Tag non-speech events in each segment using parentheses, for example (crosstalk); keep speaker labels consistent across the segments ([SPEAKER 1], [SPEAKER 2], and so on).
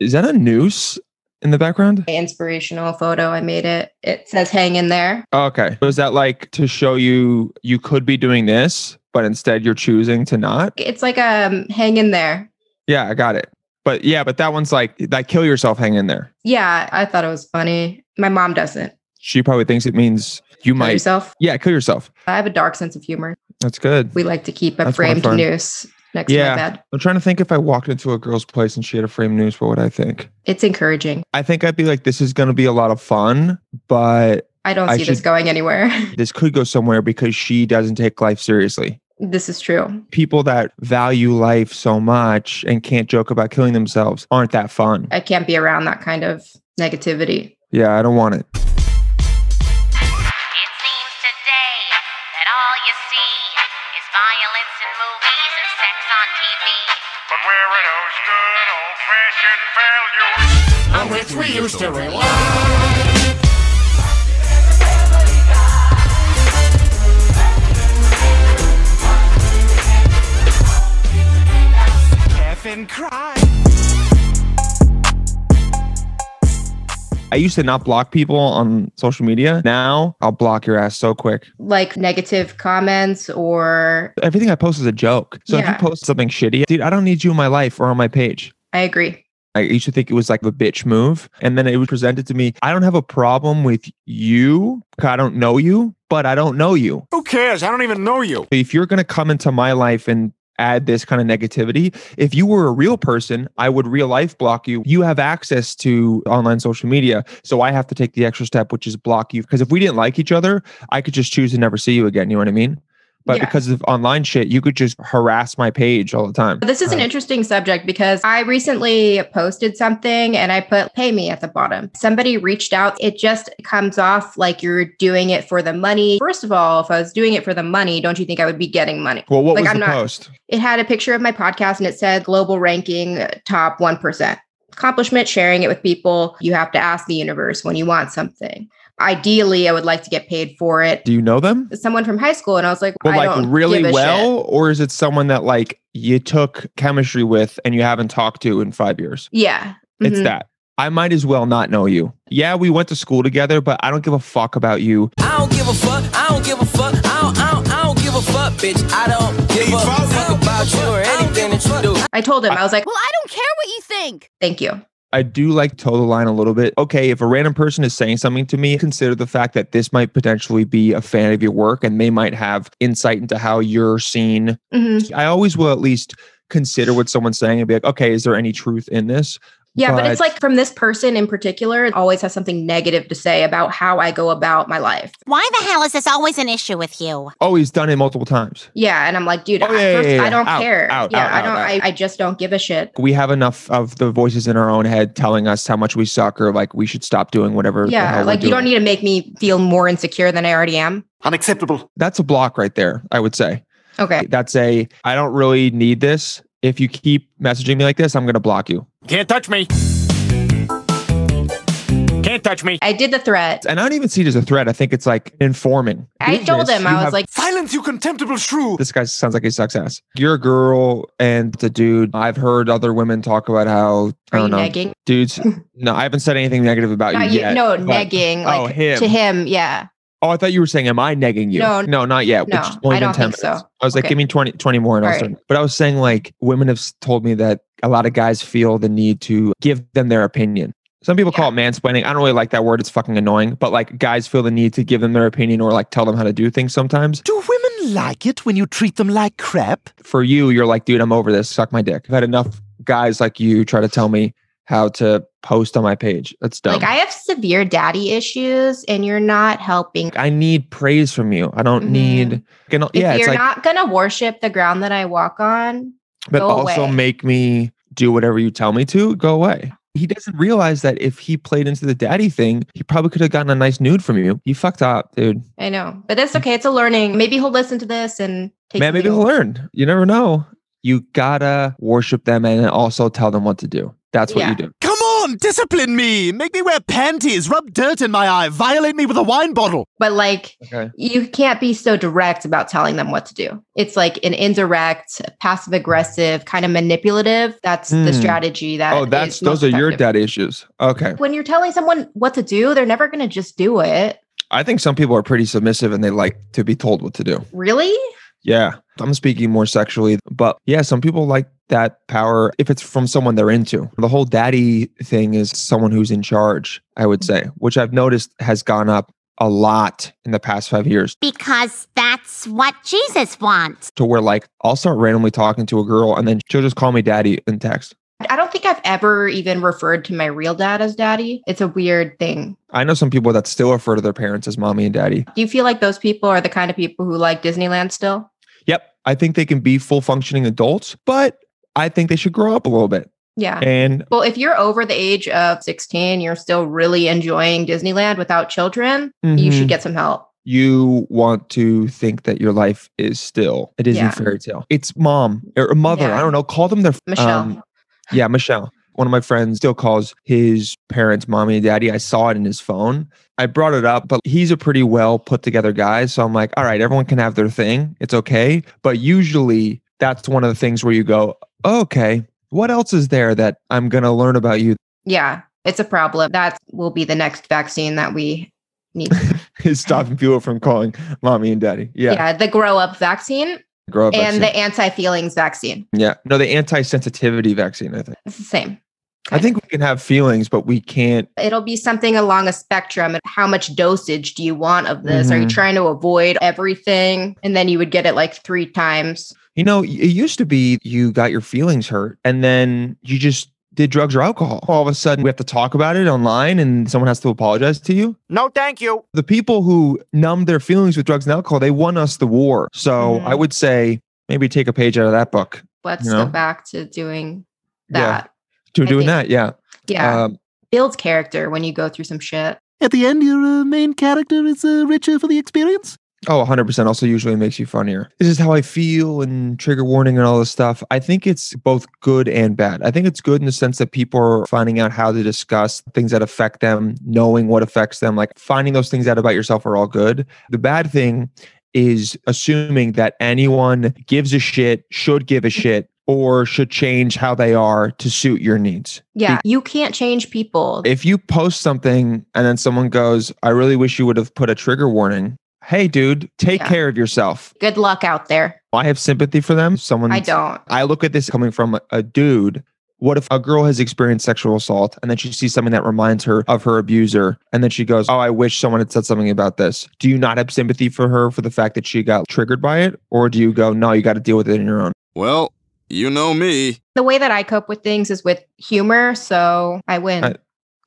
[SPEAKER 1] Is that a noose in the background?
[SPEAKER 2] Inspirational photo. I made it. It says hang in there.
[SPEAKER 1] Oh, Okay. Was that like to show you you could be doing this, but instead you're choosing to not?
[SPEAKER 2] It's like um hang in there.
[SPEAKER 1] Yeah, I got it. But yeah, but that one's like that kill yourself hang in there.
[SPEAKER 2] Yeah, I thought it was funny. My mom doesn't.
[SPEAKER 1] She probably thinks it means you
[SPEAKER 2] Know
[SPEAKER 1] might
[SPEAKER 2] yourself.
[SPEAKER 1] Yeah, kill yourself.
[SPEAKER 2] I have a dark sense of humor.
[SPEAKER 1] That's good.
[SPEAKER 2] We like to keep a
[SPEAKER 1] That's more
[SPEAKER 2] framed
[SPEAKER 1] fun.
[SPEAKER 2] noose next
[SPEAKER 1] Yeah.
[SPEAKER 2] to my bed.
[SPEAKER 1] I'm trying to think if I walked into a girl's place and she had a frame noose, what would I think?
[SPEAKER 2] It's encouraging.
[SPEAKER 1] I think I'd be like, this is gonna be a lot of fun, but
[SPEAKER 2] I don't
[SPEAKER 1] I
[SPEAKER 2] see this
[SPEAKER 1] should-
[SPEAKER 2] going anywhere. (laughs)
[SPEAKER 1] this could go somewhere because she doesn't take life seriously.
[SPEAKER 2] this is true.
[SPEAKER 1] people that value life so much and can't joke about killing themselves aren't that fun.
[SPEAKER 2] I can't be around that kind of negativity.
[SPEAKER 1] Yeah, I don't want it.
[SPEAKER 3] It seems today that all you see is violence in movies and sex on TV.
[SPEAKER 4] But where are those good old fashioned values?
[SPEAKER 5] on which we used to rely.
[SPEAKER 6] Laugh and cry.
[SPEAKER 1] I used to not block people on social media. Now I'll block your ass so quick.
[SPEAKER 2] Like negative comments or
[SPEAKER 1] Everything I post is a joke. So
[SPEAKER 2] Yeah.
[SPEAKER 1] if you post something shitty, dude, I don't need you in my life or on my page.
[SPEAKER 2] I agree.
[SPEAKER 1] I used to think it was like a bitch move. And then it was presented to me. I don't have a problem with you. 'cause I don't know you, but I don't know you.
[SPEAKER 6] Who cares? I don't even know you.
[SPEAKER 1] if you're going to come into my life and add this kind of negativity, if you were a real person, I would real life block you. You have access to online social media. So I have to take the extra step, which is block you. Because if we didn't like each other, I could just choose to never see you again. You know what I mean? But
[SPEAKER 2] Yeah.
[SPEAKER 1] because of online shit, you could just harass my page all the time.
[SPEAKER 2] This is an
[SPEAKER 1] Right.
[SPEAKER 2] interesting subject because I recently posted something and I put pay me at the bottom. Somebody reached out. It just comes off like you're doing it for the money. First of all, if I was doing it for the money, don't you think I would be getting money?
[SPEAKER 1] Well, what
[SPEAKER 2] Like,
[SPEAKER 1] was
[SPEAKER 2] I'm
[SPEAKER 1] the
[SPEAKER 2] not-
[SPEAKER 1] post?
[SPEAKER 2] It had a picture of my podcast and it said global ranking uh, top 1%. Accomplishment, sharing it with people. You have to ask the universe when you want something. Ideally, I would like to get paid for it.
[SPEAKER 1] Do you know them?
[SPEAKER 2] Someone from high school, and I was like,
[SPEAKER 1] But
[SPEAKER 2] I
[SPEAKER 1] like
[SPEAKER 2] don't
[SPEAKER 1] really
[SPEAKER 2] give a shit.
[SPEAKER 1] well, or is it someone that like you took chemistry with and you haven't talked to in five years?
[SPEAKER 2] Yeah.
[SPEAKER 1] It's
[SPEAKER 2] Mhm.
[SPEAKER 1] that. I might as well not know you. Yeah, we went to school together, but I don't give a fuck about you.
[SPEAKER 7] I don't give a fuck. I don't give a fuck. I don't, I don't, I don't give a fuck, bitch. I don't give a fuck about you or anything that you do.
[SPEAKER 2] I told him, I was like,
[SPEAKER 3] Well, I don't care what you think.
[SPEAKER 2] thank you.
[SPEAKER 1] I do like toe the line a little bit. Okay, if a random person is saying something to me, consider the fact that this might potentially be a fan of your work and they might have insight into how you're seen.
[SPEAKER 2] Mhm.
[SPEAKER 1] I always will at least consider what someone's saying and be like, okay, is there any truth in this?
[SPEAKER 2] Yeah, but, it's
[SPEAKER 1] But-
[SPEAKER 2] like from this person in particular, it always has something negative to say about how I go about my life.
[SPEAKER 3] Why the hell is this always an issue with you?
[SPEAKER 1] Oh, he's done it multiple times.
[SPEAKER 2] Yeah. And I'm like, dude,
[SPEAKER 1] Oh,
[SPEAKER 2] I,
[SPEAKER 1] yeah, yeah,
[SPEAKER 2] first,
[SPEAKER 1] yeah,
[SPEAKER 2] I
[SPEAKER 1] yeah.
[SPEAKER 2] don't
[SPEAKER 1] Out,
[SPEAKER 2] care.
[SPEAKER 1] out,
[SPEAKER 2] yeah,
[SPEAKER 1] out,
[SPEAKER 2] I
[SPEAKER 1] out,
[SPEAKER 2] don't,
[SPEAKER 1] out.
[SPEAKER 2] I, I just don't give a shit.
[SPEAKER 1] We have enough of the voices in our own head telling us how much we suck or like we should stop doing whatever. the
[SPEAKER 2] Yeah.
[SPEAKER 1] hell we're
[SPEAKER 2] Like, you
[SPEAKER 1] doing.
[SPEAKER 2] don't need to make me feel more insecure than I already am. e
[SPEAKER 6] Unacceptable.
[SPEAKER 1] That's a block right there, I would say.
[SPEAKER 2] Okay.
[SPEAKER 1] that's a I don't really need this. If you keep messaging me like this, I'm gonna block you.
[SPEAKER 6] Can't touch me. Can't touch me.
[SPEAKER 2] I did the threat.
[SPEAKER 1] And I don't even see it as a threat. I think it's like informing.
[SPEAKER 2] I told
[SPEAKER 1] Business,
[SPEAKER 2] him,
[SPEAKER 1] you
[SPEAKER 2] I was
[SPEAKER 1] have-
[SPEAKER 2] like,
[SPEAKER 6] Silence, you contemptible shrew.
[SPEAKER 1] this guy sounds like he sucks ass. You're a girl and the dude. I've heard other women talk about how I
[SPEAKER 2] are you
[SPEAKER 1] don't know,
[SPEAKER 2] negging? (laughs)
[SPEAKER 1] dudes. No, I haven't said anything negative about
[SPEAKER 2] Not
[SPEAKER 1] you
[SPEAKER 2] you,
[SPEAKER 1] yet.
[SPEAKER 2] no,
[SPEAKER 1] but-
[SPEAKER 2] negging. Like,
[SPEAKER 1] oh, him.
[SPEAKER 2] to him. Yeah.
[SPEAKER 1] Oh, I thought you were saying, am I negging you?
[SPEAKER 2] No,
[SPEAKER 1] no, not yet.
[SPEAKER 2] no,
[SPEAKER 1] which only
[SPEAKER 2] I
[SPEAKER 1] been
[SPEAKER 2] don't
[SPEAKER 1] 10
[SPEAKER 2] think
[SPEAKER 1] minutes.
[SPEAKER 2] so.
[SPEAKER 1] I was
[SPEAKER 2] Okay.
[SPEAKER 1] like, give me 20, 20 more and
[SPEAKER 2] All
[SPEAKER 1] I'll start. But I was saying like women have s- told me that a lot of guys feel the need to give them their opinion. Some people call it mansplaining. I don't really like that word. It's fucking annoying. But like guys feel the need to give them their opinion or like tell them how to do things sometimes.
[SPEAKER 8] Do women like it when you treat them like crap?
[SPEAKER 1] For you, you're like, dude, I'm over this. Suck my dick. I've had enough guys like you try to tell me how to post on my page. That's dumb.
[SPEAKER 2] Like, I have severe daddy issues and you're not helping.
[SPEAKER 1] I need praise from you. I don't
[SPEAKER 2] Mhm.
[SPEAKER 1] need. You know,
[SPEAKER 2] If
[SPEAKER 1] yeah, it's
[SPEAKER 2] you're
[SPEAKER 1] like
[SPEAKER 2] not going to worship the ground that I walk on,
[SPEAKER 1] but
[SPEAKER 2] Go
[SPEAKER 1] also
[SPEAKER 2] away.
[SPEAKER 1] make me do whatever you tell me to go away he doesn't realize that if he played into the daddy thing he probably could have gotten a nice nude from you you fucked up dude
[SPEAKER 2] I know, but that's okay. It's a learning. Maybe he'll listen to this and take.
[SPEAKER 1] man maybe
[SPEAKER 2] something-
[SPEAKER 1] he'll learn you never know you gotta worship them and also tell them what to do that's what
[SPEAKER 2] Yeah.
[SPEAKER 1] you do
[SPEAKER 8] Come on! on, discipline me, make me wear panties, rub dirt in my eye, violate me with a wine bottle.
[SPEAKER 2] But like,
[SPEAKER 1] Okay.
[SPEAKER 2] you can't be so direct about telling them what to do. It's like an indirect, passive aggressive, kind of manipulative. That's the
[SPEAKER 1] Hmm.
[SPEAKER 2] strategy that.
[SPEAKER 1] Oh, that's
[SPEAKER 2] is most
[SPEAKER 1] those are your
[SPEAKER 2] effective.
[SPEAKER 1] dad issues. Okay.
[SPEAKER 2] When you're telling someone what to do, they're never going to just do it.
[SPEAKER 1] I think some people are pretty submissive and they like to be told what to do.
[SPEAKER 2] Really?
[SPEAKER 1] Yeah. I'm speaking more sexually, but yeah, some people like that power if it's from someone they're into. The whole daddy thing is someone who's in charge, I would say, which I've noticed has gone up a lot in the past five years
[SPEAKER 3] Because that's what Jesus wants.
[SPEAKER 1] to where like I'll start randomly talking to a girl and then she'll just call me daddy in text.
[SPEAKER 2] I don't think I've ever even referred to my real dad as daddy. It's a weird thing.
[SPEAKER 1] I know some people that still refer to their parents as mommy and daddy.
[SPEAKER 2] Do you feel like those people are the kind of people who like Disneyland still?
[SPEAKER 1] Yep. I think they can be full functioning adults, but I think they should grow up a little bit.
[SPEAKER 2] Yeah.
[SPEAKER 1] And
[SPEAKER 2] Well, if you're over the age of 16, you're still really enjoying Disneyland without children, you should
[SPEAKER 1] Mhm.
[SPEAKER 2] get some help.
[SPEAKER 1] you want to think that your life is still a Disney
[SPEAKER 2] Yeah.
[SPEAKER 1] fairy tale. It's mom or a mother.
[SPEAKER 2] Yeah.
[SPEAKER 1] I don't know. Call them their
[SPEAKER 2] Michelle.
[SPEAKER 1] um, yeah, Michelle. One of my friends still calls his parents mommy and daddy. I saw it in his phone. I brought it up, but he's a pretty well put together guy. So I'm like, all right, everyone can have their thing. It's okay. But usually that's one of the things where you go, okay, what else is there that I'm going to learn about you? (laughs)
[SPEAKER 2] yeah, it's a problem. That will be the next vaccine that we need.
[SPEAKER 1] Is stopping people from calling mommy and daddy.
[SPEAKER 2] yeah.
[SPEAKER 1] (laughs) Yeah.
[SPEAKER 2] the grow up vaccine
[SPEAKER 1] Grow up. vaccine.
[SPEAKER 2] and the anti feelings vaccine.
[SPEAKER 1] yeah. No, the anti sensitivity vaccine, I think.
[SPEAKER 2] It's the same.
[SPEAKER 1] I think we can have feelings, but we can't.
[SPEAKER 2] It'll be something along a spectrum. And How much dosage do you want of this? Are you
[SPEAKER 1] Mhm.
[SPEAKER 2] trying to avoid everything? And then you would get it like three times.
[SPEAKER 1] You know, it used to be you got your feelings hurt and then you just did drugs or alcohol. All of a sudden, we have to talk about it online and someone has to apologize to you.
[SPEAKER 6] No, thank you.
[SPEAKER 1] The people who numbed their feelings with drugs and alcohol, they won us the war. So
[SPEAKER 2] Mhm.
[SPEAKER 1] I would say maybe take a page out of that book.
[SPEAKER 2] Let's
[SPEAKER 1] You know?
[SPEAKER 2] go back to doing
[SPEAKER 1] Yeah.
[SPEAKER 2] that.
[SPEAKER 1] To
[SPEAKER 2] I
[SPEAKER 1] doing
[SPEAKER 2] think-
[SPEAKER 1] that. Yeah.
[SPEAKER 2] Yeah.
[SPEAKER 1] Um,
[SPEAKER 2] Builds character when you go through some shit.
[SPEAKER 8] At the end, your uh, main character is uh, richer for the experience.
[SPEAKER 1] Oh, 100% also usually makes you funnier. This is how I feel and trigger warning and all this stuff. I think it's both good and bad. I think it's good in the sense that people are finding out how to discuss things that affect them, knowing what affects them, like finding those things out about yourself are all good. The bad thing is assuming that anyone gives a shit, should give a shit, or should change how they are to suit your needs.
[SPEAKER 2] Yeah, you can't change people.
[SPEAKER 1] If you post something and then someone goes, I really wish you would have put a trigger warning. Hey, dude, take
[SPEAKER 2] Yeah.
[SPEAKER 1] care of yourself.
[SPEAKER 2] Good luck out there.
[SPEAKER 1] I have sympathy for them. Someone
[SPEAKER 2] I don't.
[SPEAKER 1] I look at this coming from a, a dude. What if a girl has experienced sexual assault and then she sees something that reminds her of her abuser and then she goes, "Oh, I wish someone had said something about this." Do you not have sympathy for her for the fact that she got triggered by it or do you go, "No, you got to deal with it on your own?"
[SPEAKER 9] Well, you know me.
[SPEAKER 2] The way that I cope with things is with humor, so I win.
[SPEAKER 1] I-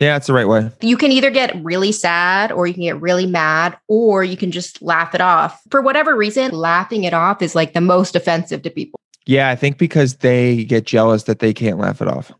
[SPEAKER 1] Yeah, it's the right way.
[SPEAKER 2] you can either get really sad or you can get really mad or you can just laugh it off. For whatever reason, laughing it off is like the most offensive to people.
[SPEAKER 1] Yeah, I think because they get jealous that they can't laugh it off.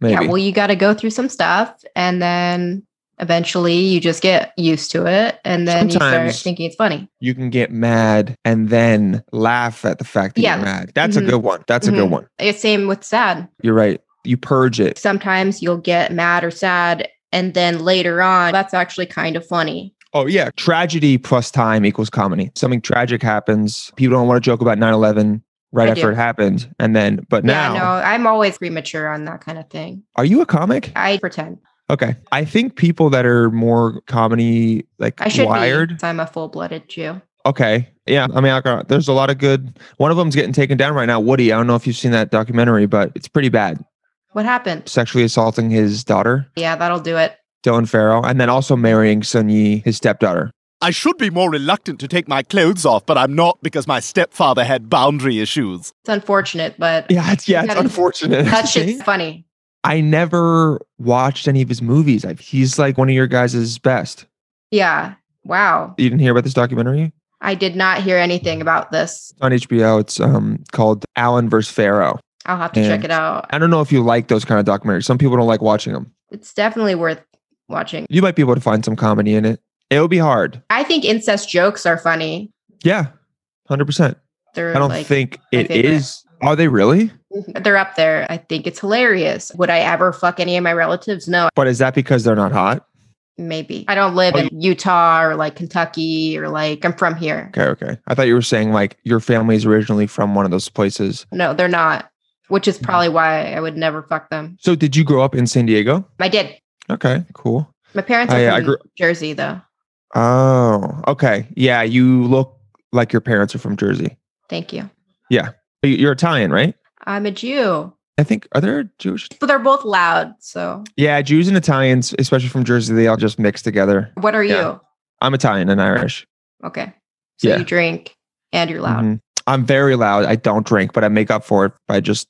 [SPEAKER 1] Maybe.
[SPEAKER 2] Yeah, well, you got to go through some stuff and then eventually you just get used to it and then you
[SPEAKER 1] Sometimes-
[SPEAKER 2] start thinking it's funny.
[SPEAKER 1] you can get mad and then laugh at the fact that
[SPEAKER 2] Yeah.
[SPEAKER 1] you're mad. That's
[SPEAKER 2] Mhm.
[SPEAKER 1] a good one. That's a
[SPEAKER 2] Mhm.
[SPEAKER 1] good one.
[SPEAKER 2] It's same with sad.
[SPEAKER 1] You're right. You purge it.
[SPEAKER 2] Sometimes you'll get mad or sad and then later on that's actually kind of funny.
[SPEAKER 1] Oh, yeah. Tragedy plus time equals comedy. Something tragic happens. People don't want to joke about 9 11 right
[SPEAKER 2] I
[SPEAKER 1] after
[SPEAKER 2] do.
[SPEAKER 1] it happened. And then, but now,
[SPEAKER 2] yeah, no, I'm always premature on that kind of thing.
[SPEAKER 1] are you a comic?
[SPEAKER 2] I pretend
[SPEAKER 1] Okay. I think people that are more comedy, like
[SPEAKER 2] I should be,
[SPEAKER 1] wired.
[SPEAKER 2] 'cause I'm a full-blooded Jew.
[SPEAKER 1] Okay. Yeah. I mean, I got, there's a lot of good. One of them's getting taken down right now. Woody. I don't know if you've seen that documentary, but it's pretty bad.
[SPEAKER 2] What happened?
[SPEAKER 1] Sexually assaulting his daughter,
[SPEAKER 2] Yeah, that'll do it.
[SPEAKER 1] Dylan Farrow, and then also marrying Sun Yi, his stepdaughter.
[SPEAKER 8] I should be more reluctant to take my clothes off, but I'm not because my stepfather had boundary issues.
[SPEAKER 2] It's unfortunate,
[SPEAKER 1] (laughs)
[SPEAKER 2] but
[SPEAKER 1] Yeah. It's, yeah. It's
[SPEAKER 2] That is-
[SPEAKER 1] unfortunate.
[SPEAKER 2] that
[SPEAKER 1] (laughs)
[SPEAKER 2] shit's funny.
[SPEAKER 1] I never watched any of his movies. I, he's like one of your guys' best.
[SPEAKER 2] Yeah. Wow.
[SPEAKER 1] You didn't hear about this documentary?
[SPEAKER 2] I did not hear anything about this.
[SPEAKER 1] It's on HBO. It's um, called Allen vs. Pharaoh.
[SPEAKER 2] I'll have to
[SPEAKER 1] Yeah.
[SPEAKER 2] check it out.
[SPEAKER 1] I don't know if you like those kind of documentaries. Some people don't like watching them.
[SPEAKER 2] It's definitely worth watching.
[SPEAKER 1] You might be able to find some comedy in it. It'll be hard.
[SPEAKER 2] I think incest jokes are funny.
[SPEAKER 1] Yeah, 100%.
[SPEAKER 2] They're
[SPEAKER 1] I don't
[SPEAKER 2] like
[SPEAKER 1] think
[SPEAKER 2] my
[SPEAKER 1] it
[SPEAKER 2] favorite.
[SPEAKER 1] is. Are they really?
[SPEAKER 2] (laughs) They're up there. I think it's hilarious. Would I ever fuck any of my relatives? No,
[SPEAKER 1] But is that because they're not hot?
[SPEAKER 2] maybe. I don't
[SPEAKER 1] Oh,
[SPEAKER 2] live in Utah or like Kentucky or like I'm from here.
[SPEAKER 1] Okay, okay. I thought you were saying like your family's originally from one of those places.
[SPEAKER 2] No, they're not, which
[SPEAKER 1] Hmm.
[SPEAKER 2] is probably why I would never fuck them.
[SPEAKER 1] So did you grow up in San Diego?
[SPEAKER 2] I did.
[SPEAKER 1] Okay, cool.
[SPEAKER 2] My parents are
[SPEAKER 1] I-
[SPEAKER 2] from
[SPEAKER 1] Oh, I grew-
[SPEAKER 2] Jersey though.
[SPEAKER 1] Oh, okay. Yeah, you look like your parents are from Jersey.
[SPEAKER 2] Thank you.
[SPEAKER 1] You- You're Italian, right?
[SPEAKER 2] I'm a Jew.
[SPEAKER 1] I think are there Jewish?
[SPEAKER 2] But they're both loud. So
[SPEAKER 1] Yeah, Jews and Italians, especially from Jersey, they all just mix together.
[SPEAKER 2] what are
[SPEAKER 1] Yeah. I'm Italian and Irish.
[SPEAKER 2] you? Okay. So
[SPEAKER 1] Yeah.
[SPEAKER 2] you drink and you're loud.
[SPEAKER 1] Mhm. I'm very loud. I don't drink, but I make up for it by just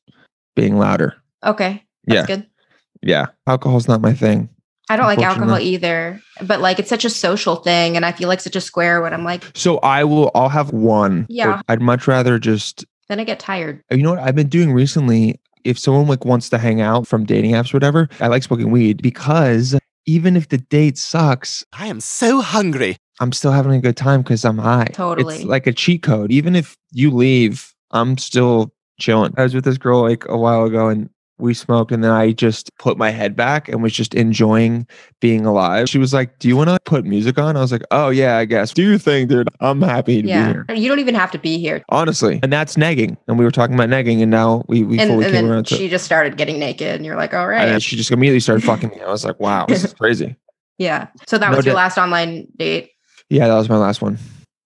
[SPEAKER 1] being louder.
[SPEAKER 2] Okay. That's good.
[SPEAKER 1] Mm-hmm. Yeah, alcohol's not my thing.
[SPEAKER 2] I don't like alcohol
[SPEAKER 1] Unfortunately.
[SPEAKER 2] either, but like it's such a social thing, and I feel like such a square when I'm like,
[SPEAKER 1] So I will. I'll have one. but
[SPEAKER 2] Yeah.
[SPEAKER 1] I'd much rather just.
[SPEAKER 2] then I get tired.
[SPEAKER 1] You know what I've been doing recently? If someone like wants to hang out from dating apps, or whatever, I like smoking weed because even if the date sucks,
[SPEAKER 8] I am so hungry.
[SPEAKER 1] I'm still having a good time because I'm high.
[SPEAKER 2] Totally.
[SPEAKER 1] It's like a cheat code. Even if you leave, I'm still chilling. I was with this girl like a while ago and we smoked and then I just put my head back and was just enjoying being alive. She was like, Do you want to put music on? I was like, Oh yeah, I guess. Do your thing, dude. I'm happy to be
[SPEAKER 2] Yeah.
[SPEAKER 1] here.
[SPEAKER 2] You don't even have to be here.
[SPEAKER 1] Honestly. And that's nagging. And we were talking about nagging and now we, we
[SPEAKER 2] And,
[SPEAKER 1] fully
[SPEAKER 2] and
[SPEAKER 1] came around
[SPEAKER 2] then
[SPEAKER 1] to
[SPEAKER 2] she just started getting naked, and you're like, all
[SPEAKER 1] and then
[SPEAKER 2] right.
[SPEAKER 1] she just immediately started fucking me. I was like, wow,
[SPEAKER 2] (laughs)
[SPEAKER 1] this is crazy.
[SPEAKER 2] Yeah. So that
[SPEAKER 1] No
[SPEAKER 2] was your
[SPEAKER 1] doubt.
[SPEAKER 2] last online date.
[SPEAKER 1] Yeah, that was my last one.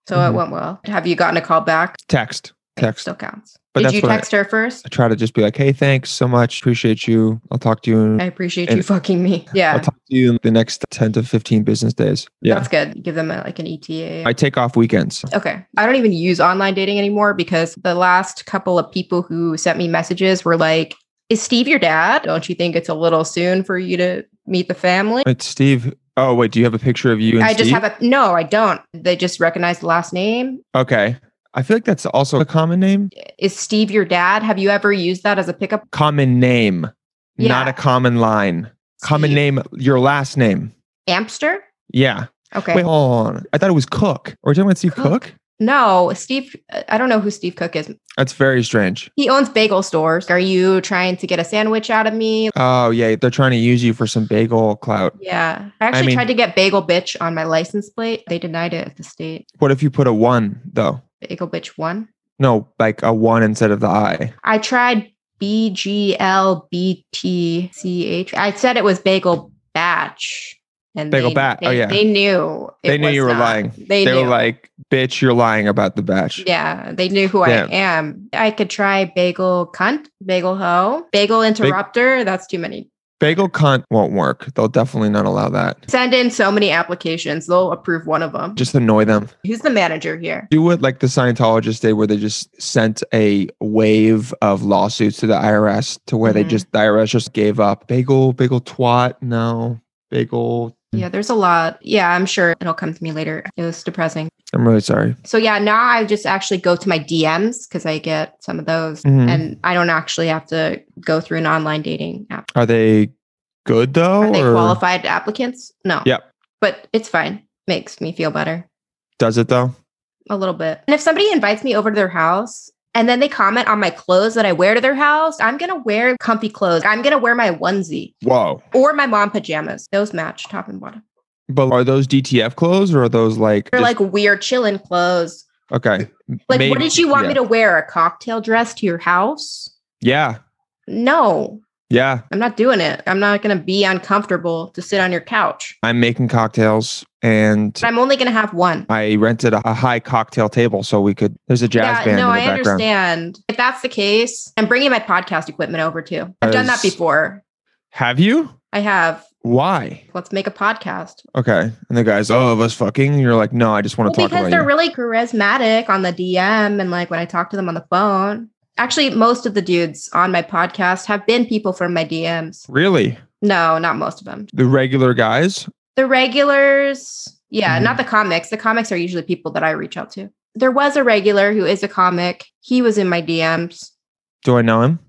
[SPEAKER 2] So
[SPEAKER 1] Mhm.
[SPEAKER 2] it went well. Have you gotten a call back?
[SPEAKER 1] Text.
[SPEAKER 2] It
[SPEAKER 1] Text.
[SPEAKER 2] still counts.
[SPEAKER 1] But
[SPEAKER 2] Did
[SPEAKER 1] that's
[SPEAKER 2] you
[SPEAKER 1] what I-
[SPEAKER 2] text her first?
[SPEAKER 1] I try to just be like, hey, thanks so much. Appreciate you. I'll talk to you. In,
[SPEAKER 2] I appreciate
[SPEAKER 1] And-
[SPEAKER 2] you fucking me. Yeah.
[SPEAKER 1] I'll talk to you in the next 10 to 15 business days. Yeah.
[SPEAKER 2] That's good. Give them a, like an ETA.
[SPEAKER 1] I take off weekends.
[SPEAKER 2] Okay. I don't even use online dating anymore because the last couple of people who sent me messages were like, Is Steve your dad? Don't you think it's a little soon for you to meet the family?
[SPEAKER 1] It's Steve. Oh, wait. Do you have a picture of you and
[SPEAKER 2] I just
[SPEAKER 1] Steve?
[SPEAKER 2] have a no, I don't. They just recognize the last name.
[SPEAKER 1] okay. I feel like that's also a common name.
[SPEAKER 2] Is Steve your dad? Have you ever used that as a pickup?
[SPEAKER 1] Common name, not
[SPEAKER 2] Yeah.
[SPEAKER 1] a common line. Common
[SPEAKER 2] Steve
[SPEAKER 1] name, your last name.
[SPEAKER 2] Amster?
[SPEAKER 1] Yeah.
[SPEAKER 2] Okay.
[SPEAKER 1] Wait, hold on. I thought it was Cook. Are we talking about Steve Cook?
[SPEAKER 2] Cook. no, Steve, I don't know who Steve Cook is.
[SPEAKER 1] That's very strange.
[SPEAKER 2] He owns bagel stores. Are you trying to get a sandwich out of me?
[SPEAKER 1] Oh, yeah. They're trying to use you for some bagel clout.
[SPEAKER 2] Yeah. I actually
[SPEAKER 1] mean-
[SPEAKER 2] tried to get bagel bitch on my license plate. They denied it at the state.
[SPEAKER 1] What if you put a one, though?
[SPEAKER 2] Bagel bitch one.
[SPEAKER 1] No, like a one instead of the I.
[SPEAKER 2] I tried B G L B T C H. I said it was bagel batch. And
[SPEAKER 1] Bagel
[SPEAKER 2] they,
[SPEAKER 1] bat. Oh,
[SPEAKER 2] they-
[SPEAKER 1] yeah.
[SPEAKER 2] They knew. it
[SPEAKER 1] They knew
[SPEAKER 2] was
[SPEAKER 1] you were
[SPEAKER 2] not.
[SPEAKER 1] lying. they
[SPEAKER 2] They, knew.
[SPEAKER 1] were like, bitch, you're lying about the batch.
[SPEAKER 2] yeah, they knew who
[SPEAKER 1] Damn.
[SPEAKER 2] I am. I could try bagel cunt, bagel hoe, bagel interrupter. That's too many.
[SPEAKER 1] Bagel cunt won't work. They'll definitely not allow that.
[SPEAKER 2] Send in so many applications. They'll approve one of them.
[SPEAKER 1] Just annoy them.
[SPEAKER 2] Who's the manager here?
[SPEAKER 1] Do what like the Scientologists did, where they just sent a wave of lawsuits to the IRS to where they
[SPEAKER 2] Mhm.
[SPEAKER 1] just, the IRS just gave up. Bagel, bagel twat. No, bagel.
[SPEAKER 2] Yeah, there's a lot. Yeah, I'm sure it'll come to me later. It was depressing.
[SPEAKER 1] I'm really sorry.
[SPEAKER 2] So yeah, now I just actually go to my DMs because I get some of those,
[SPEAKER 1] Mhm.
[SPEAKER 2] and I don't actually have to go through an online dating app.
[SPEAKER 1] Are they good though?
[SPEAKER 2] Are they
[SPEAKER 1] or
[SPEAKER 2] qualified applicants? No.
[SPEAKER 1] Yep.
[SPEAKER 2] But it's fine. Makes me feel better
[SPEAKER 1] Does it though?
[SPEAKER 2] a little bit. And if somebody invites me over to their house and then they comment on my clothes that I wear to their house, I'm gonna wear comfy clothes. I'm gonna wear my onesie
[SPEAKER 1] Whoa.
[SPEAKER 2] or my mom pajamas. Those match top and bottom.
[SPEAKER 1] But are those DTF clothes or are those like,
[SPEAKER 2] They're
[SPEAKER 1] just-
[SPEAKER 2] like weird chilling clothes.
[SPEAKER 1] okay.
[SPEAKER 2] Like,
[SPEAKER 1] Maybe-
[SPEAKER 2] what did you want
[SPEAKER 1] yeah.
[SPEAKER 2] me to wear? A cocktail dress to your house?
[SPEAKER 1] Yeah.
[SPEAKER 2] No,
[SPEAKER 1] Yeah.
[SPEAKER 2] I'm not doing it. I'm not going to be uncomfortable to sit on your couch.
[SPEAKER 1] I'm making cocktails and
[SPEAKER 2] But I'm only going to have one.
[SPEAKER 1] I rented a a high cocktail table so we could. There's a jazz
[SPEAKER 2] Yeah,
[SPEAKER 1] band
[SPEAKER 2] no,
[SPEAKER 1] in
[SPEAKER 2] I
[SPEAKER 1] the background.
[SPEAKER 2] understand. If that's the case, I'm bringing my podcast equipment over too. I've done that
[SPEAKER 1] As-
[SPEAKER 2] before.
[SPEAKER 1] Have you?
[SPEAKER 2] I have.
[SPEAKER 1] Why?
[SPEAKER 2] Let's make a podcast.
[SPEAKER 1] Okay. And the guy's, oh, of us fucking. And you're like, no, I just want
[SPEAKER 2] Well,
[SPEAKER 1] to talk
[SPEAKER 2] because
[SPEAKER 1] about
[SPEAKER 2] they're
[SPEAKER 1] you.
[SPEAKER 2] really charismatic on the DM and like when I talk to them on the phone. Actually, most of the dudes on my podcast have been people from my DMs.
[SPEAKER 1] really?
[SPEAKER 2] No, not most of them.
[SPEAKER 1] The regular guys?
[SPEAKER 2] The regulars, yeah,
[SPEAKER 1] Mhm.
[SPEAKER 2] not the comics. The comics are usually people that I reach out to. There was a regular who is a comic. He was in my DMs.
[SPEAKER 1] Do I know him?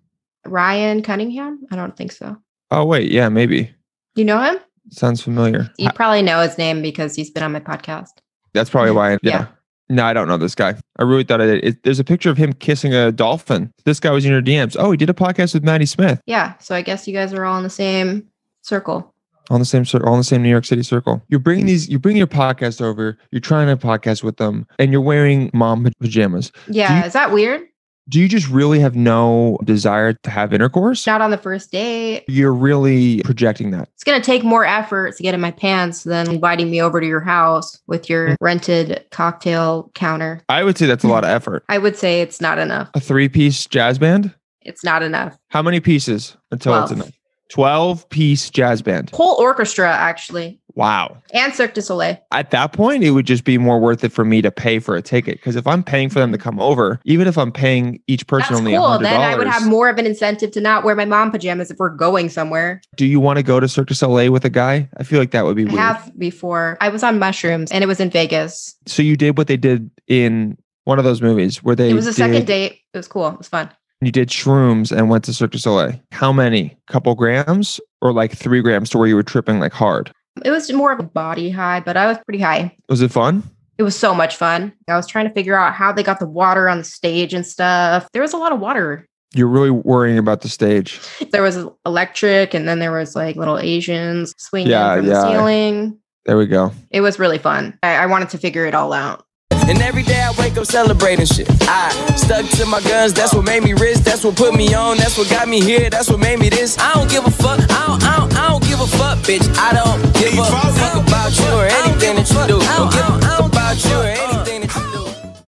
[SPEAKER 2] Ryan Cunningham? I don't think so.
[SPEAKER 1] Oh, wait. Yeah, maybe.
[SPEAKER 2] You know him?
[SPEAKER 1] Sounds familiar.
[SPEAKER 2] You probably know his name because he's been on my podcast.
[SPEAKER 1] That's probably why. Yeah.
[SPEAKER 2] Yeah.
[SPEAKER 1] yeah. No, I don't know this guy. I really thought I did. It, there's a picture of him kissing a dolphin. This guy was in your DMs. Oh, he did a podcast with Maddie Smith
[SPEAKER 2] Yeah. So I guess you guys are all in the same circle.
[SPEAKER 1] on the same cir- on the same New York City circle. You're bringing these. You're bringing your podcast over. You're trying to podcast with them, and you're wearing mom pajamas.
[SPEAKER 2] Yeah.
[SPEAKER 1] you-
[SPEAKER 2] is that weird?
[SPEAKER 1] Do you just really have no desire to have intercourse?
[SPEAKER 2] Not on the first date.
[SPEAKER 1] You're really projecting that.
[SPEAKER 2] It's going to take more effort to get in my pants than inviting me over to your house with your rented cocktail counter.
[SPEAKER 1] I would say that's a
[SPEAKER 2] Mm-hmm.
[SPEAKER 1] lot of effort.
[SPEAKER 2] I would say it's not enough.
[SPEAKER 1] A three piece jazz band.
[SPEAKER 2] It's not enough.
[SPEAKER 1] How many pieces until it's
[SPEAKER 2] Twelve.
[SPEAKER 1] enough? Twelve piece jazz band.
[SPEAKER 2] Whole orchestra, actually,
[SPEAKER 1] Wow.
[SPEAKER 2] and Cirque du Soleil.
[SPEAKER 1] at that point, it would just be more worth it for me to pay for a ticket. Because if I'm paying for them to come over, even if I'm paying each person
[SPEAKER 2] That's
[SPEAKER 1] only
[SPEAKER 2] cool.
[SPEAKER 1] $100,
[SPEAKER 2] Then I would have more of an incentive to not wear my mom pajamas if we're going somewhere.
[SPEAKER 1] do you want to go to Cirque du Soleil with a guy? I feel like that would be
[SPEAKER 2] I
[SPEAKER 1] weird.
[SPEAKER 2] have before. I was on mushrooms and it was in Vegas.
[SPEAKER 1] so you did what they did in one of those movies where they
[SPEAKER 2] It was a second
[SPEAKER 1] did-
[SPEAKER 2] date. It was cool. It was fun.
[SPEAKER 1] You did shrooms and went to Cirque du Soleil. How many? Couple grams or like three grams to where you were tripping like hard?
[SPEAKER 2] It was more of a body high, but I was pretty high.
[SPEAKER 1] Was it fun?
[SPEAKER 2] It was so much fun. I was trying to figure out how they got the water on the stage and stuff. There was a lot of water.
[SPEAKER 1] You're really worrying about the stage.
[SPEAKER 2] There was electric, and then there was like little Asians swinging
[SPEAKER 1] Yeah,
[SPEAKER 2] from
[SPEAKER 1] yeah.
[SPEAKER 2] the ceiling.
[SPEAKER 1] There we go.
[SPEAKER 2] It was really fun. I, I wanted to figure it all out.
[SPEAKER 7] And every day I wake up celebrating shit. I stuck to my guns, that's what made me rich, that's what put me on, that's what got me here, that's what made me this. I don't give a fuck, I don't, I don't, I don't give a fuck, bitch. I don't give a fuck about you or anything that you do. Don't give a